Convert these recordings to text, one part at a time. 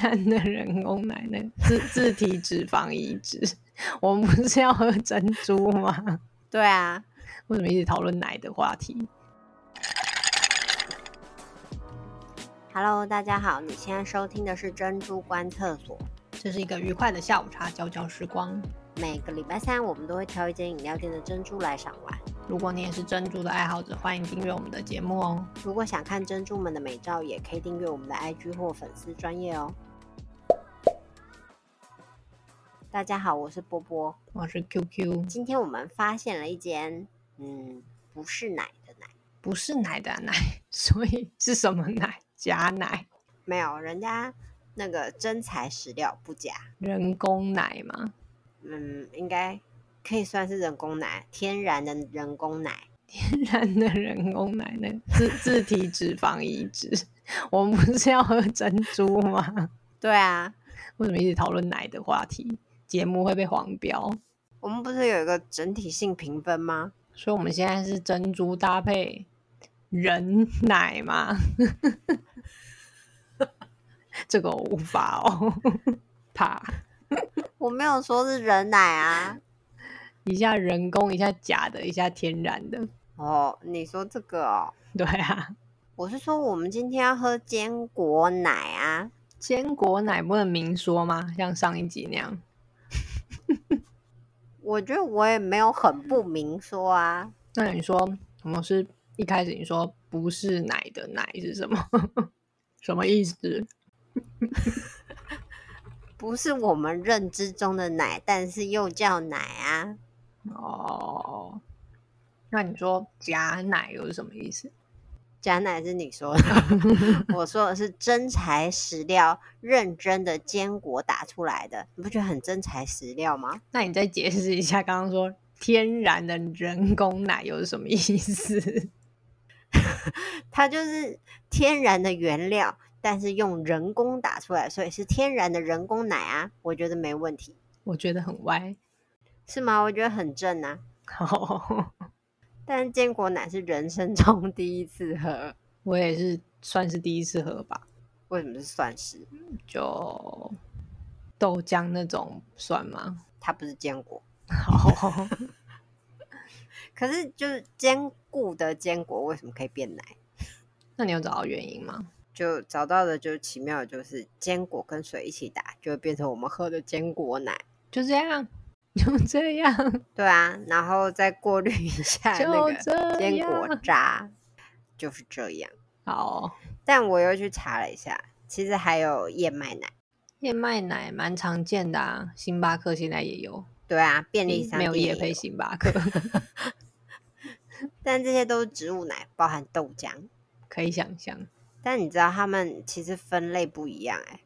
染的人工奶 那个自自体脂肪移植， 我们不是要喝珍珠吗？ 对啊，为什么一直讨论奶的话题？ Hello，大家好，你现在收听的是珍珠观厕所。这是一个愉快的下午茶，交交时光。每个礼拜三，我们都会挑一间饮料店的珍珠来赏玩。如果你也是珍珠的爱好者，欢迎订阅我们的节目哦。如果想看珍珠们的美照，也可以订阅我们的 IG 或粉丝专业哦。大家好，我是波波。我是 QQ，今天我们发现了一间，嗯，不是奶的奶，不是奶的奶， 所以是什么奶？假奶，没有，人家那个真材实料不假，人工奶吗？嗯，应该可以算是人工奶，天然的人工奶。天然的人工奶那个自自体脂肪移植， 我们不是要喝珍珠吗？对啊，为什么一直讨论奶的话题？节目会被黄标，我们不是有一个整体性评分吗？所以我们现在是珍珠搭配人奶嘛？ 这个我无法哦， 怕我没有说是人奶啊。一下人工，一下假的，一下天然的。哦，你说这个哦，对啊，我是说我们今天要喝坚果奶啊。坚果奶不能明说吗？像上一集那样，我觉得我也没有很不明说啊，那你说我们是一开始你说不是奶的奶是什么？ 什么意思？不是我们认知中的奶，但是又叫奶啊。哦，那你说假奶又是什么意思？假奶是你说的，我说的是真材实料、认真的坚果打出来的，你不觉得很真材实料吗？那你再解释一下刚刚说天然的人工奶又是什么意思？它就是天然的原料，但是用人工打出来，所以是天然的人工奶啊，我觉得没问题，我觉得很歪。是吗？我觉得很正啊。哦，但是坚果奶是人生 中第一次喝，我也是算是第一次喝吧，为什么是算是？就豆浆那种算 吗？它不是坚果，好，可是就是坚固的坚果为什么可以变奶？那你有找到原因吗？就找到的就是奇妙，的就是坚果跟水一起打，就会变成我们喝的坚果奶。就这样，就这样，对啊，然后再过滤一下那就个这坚果样。渣，就是这样。好，但我又去查了一下，其实还有燕麦奶。燕麦奶蛮常见的啊，星巴克现在也有，对啊，便利商嗯没有店夜也配有，星巴克，但这些都是植物奶，包含豆浆。可以想象但你知道它们其实分类不一样哎、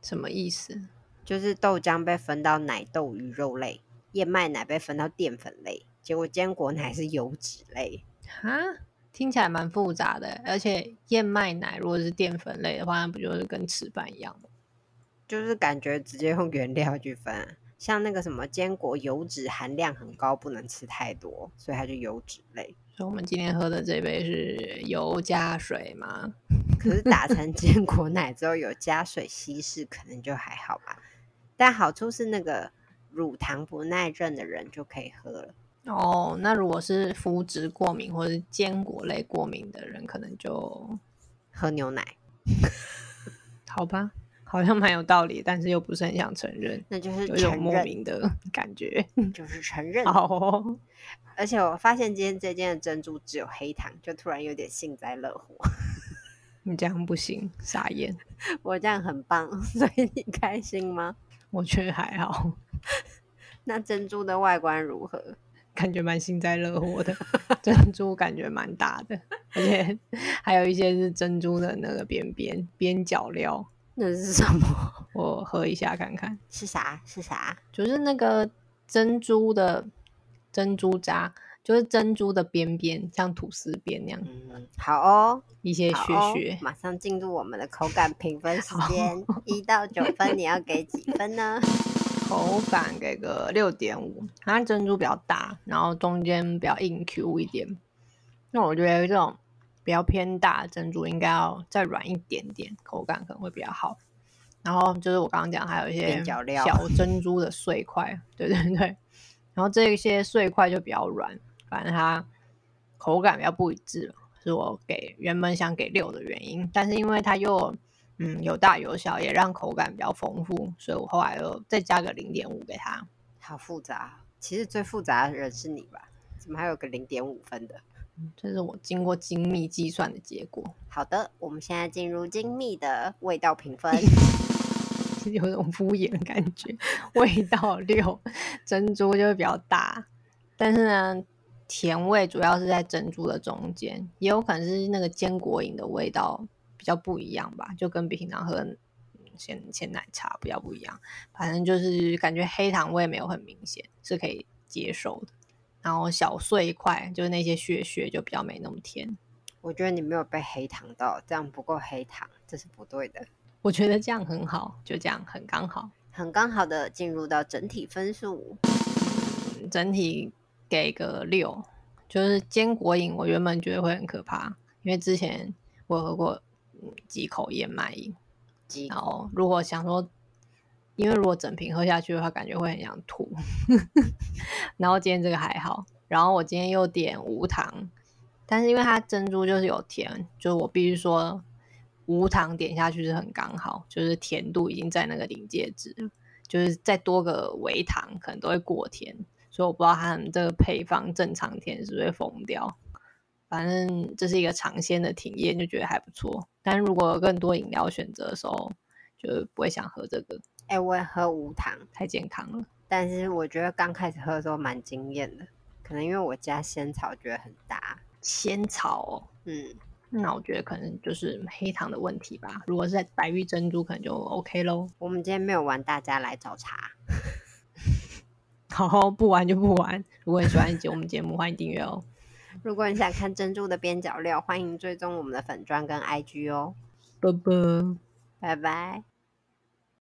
什么意思？就是豆浆被分到奶豆鱼肉类，燕麦奶被分到淀粉类，结果坚果奶是油脂类。哈，听起来蛮复杂的，而且燕麦奶如果是淀粉类的话，那不就是跟吃饭一样吗？就是感觉直接用原料去分、啊，像那个什么坚果油脂含量很高，不能吃太多，所以它就油脂类。所以我们今天喝的这杯是油加水吗？可是打成坚果奶之后有加水稀释，可能就还好吧。但好处是那个乳糖不耐症的人就可以喝了。哦，那如果是麸质过敏或是坚果类过敏的人，可能就喝牛奶，好吧，好像蛮有道理，但是又不是很想承认，那就是有一种承莫认，名的 感 觉。就是承认。好、哦，而且我发现今天这间的珍珠只有黑糖，就突然有点幸灾乐祸。 你这样不行，傻眼。我这样很棒， 所以你开心吗？我觉得还好，那珍珠的外观如何？感觉蛮幸灾乐 祸的。珍珠感觉蛮大的，而且还有一些是珍珠的那个边边边角料，那是什么？ 我喝一下看看。是啥？是啥？就是那个珍珠的珍珠渣，就是珍珠的边边，像吐司边那样，嗯，好哦，一些好屑哦屑。马上进入我们的口感评分时好间，一到九分，你要给几分呢？口感给个六点五，它珍珠比较大，然后中间比较硬 Q 一点。那我觉得这种比较偏大的珍珠应该要再软一点点，口感可能会比较好。然后就是我刚刚讲，还有一些边角料小珍珠的碎块，对对对。然后这些碎块就比较软，反正它口感比较不一致了，是我给原本想给六的原因。但是因为它又嗯有大有小，也让口感比较丰富，所以我后来又再加个零点五给它。好复杂。其实最复杂的人是你吧？怎么还有个零点五分的？嗯这是我经过精密计算的结果，好的，我们现在进入精密的味道评分。其 实有种敷衍的感觉。味道六，珍珠就会比较大，但是呢，甜味主要是在珍珠的中间，也有可能是那个坚果饮的味道比较不一样吧，就跟平常喝嗯鲜鲜奶茶比较不一样。反正就是感觉黑糖味没有很明显，是可以接受的。然后小碎块就是那些屑屑就比较没那么甜。我觉得你没有被黑糖到，这样不够黑糖，这是不对的。我觉得这样很好，就这样很刚好。很刚好的进入到整体分数，嗯整体给个六，就是坚果饮，我原本觉得会很可怕，因为之前我有喝过嗯几口燕麦饮，及然后如果想说，因为如果整瓶喝下去的话，感觉会很想吐。 然后今天这个还好，然后我今天又点无糖，但是因为它珍珠就是有甜，就是我必须说无糖点下去是很刚好，就是甜度已经在那个临界值了，就是再多个微糖可能都会过甜，所以我不知道他们这个配方正常甜是不是会疯掉。反正这是一个尝鲜的体验，就觉得还不错。但如果有更多饮料选择的时候，就不会想喝这个，哎、我也喝无糖，太健康了。但是我觉得刚开始喝的时候蛮惊艳的，可能因为我加仙草觉得很搭。仙草、哦，嗯，那我觉得可能就是黑糖的问题吧。如果是在白玉珍珠，可能就 OK 喽。我们今天没有玩大家来找茬，好，不玩就不玩。如果你喜欢节我们节目，欢迎订阅哦。如果你想看珍珠的边角料，欢迎追踪我们的粉砖跟 IG 哦，啵啵。拜拜。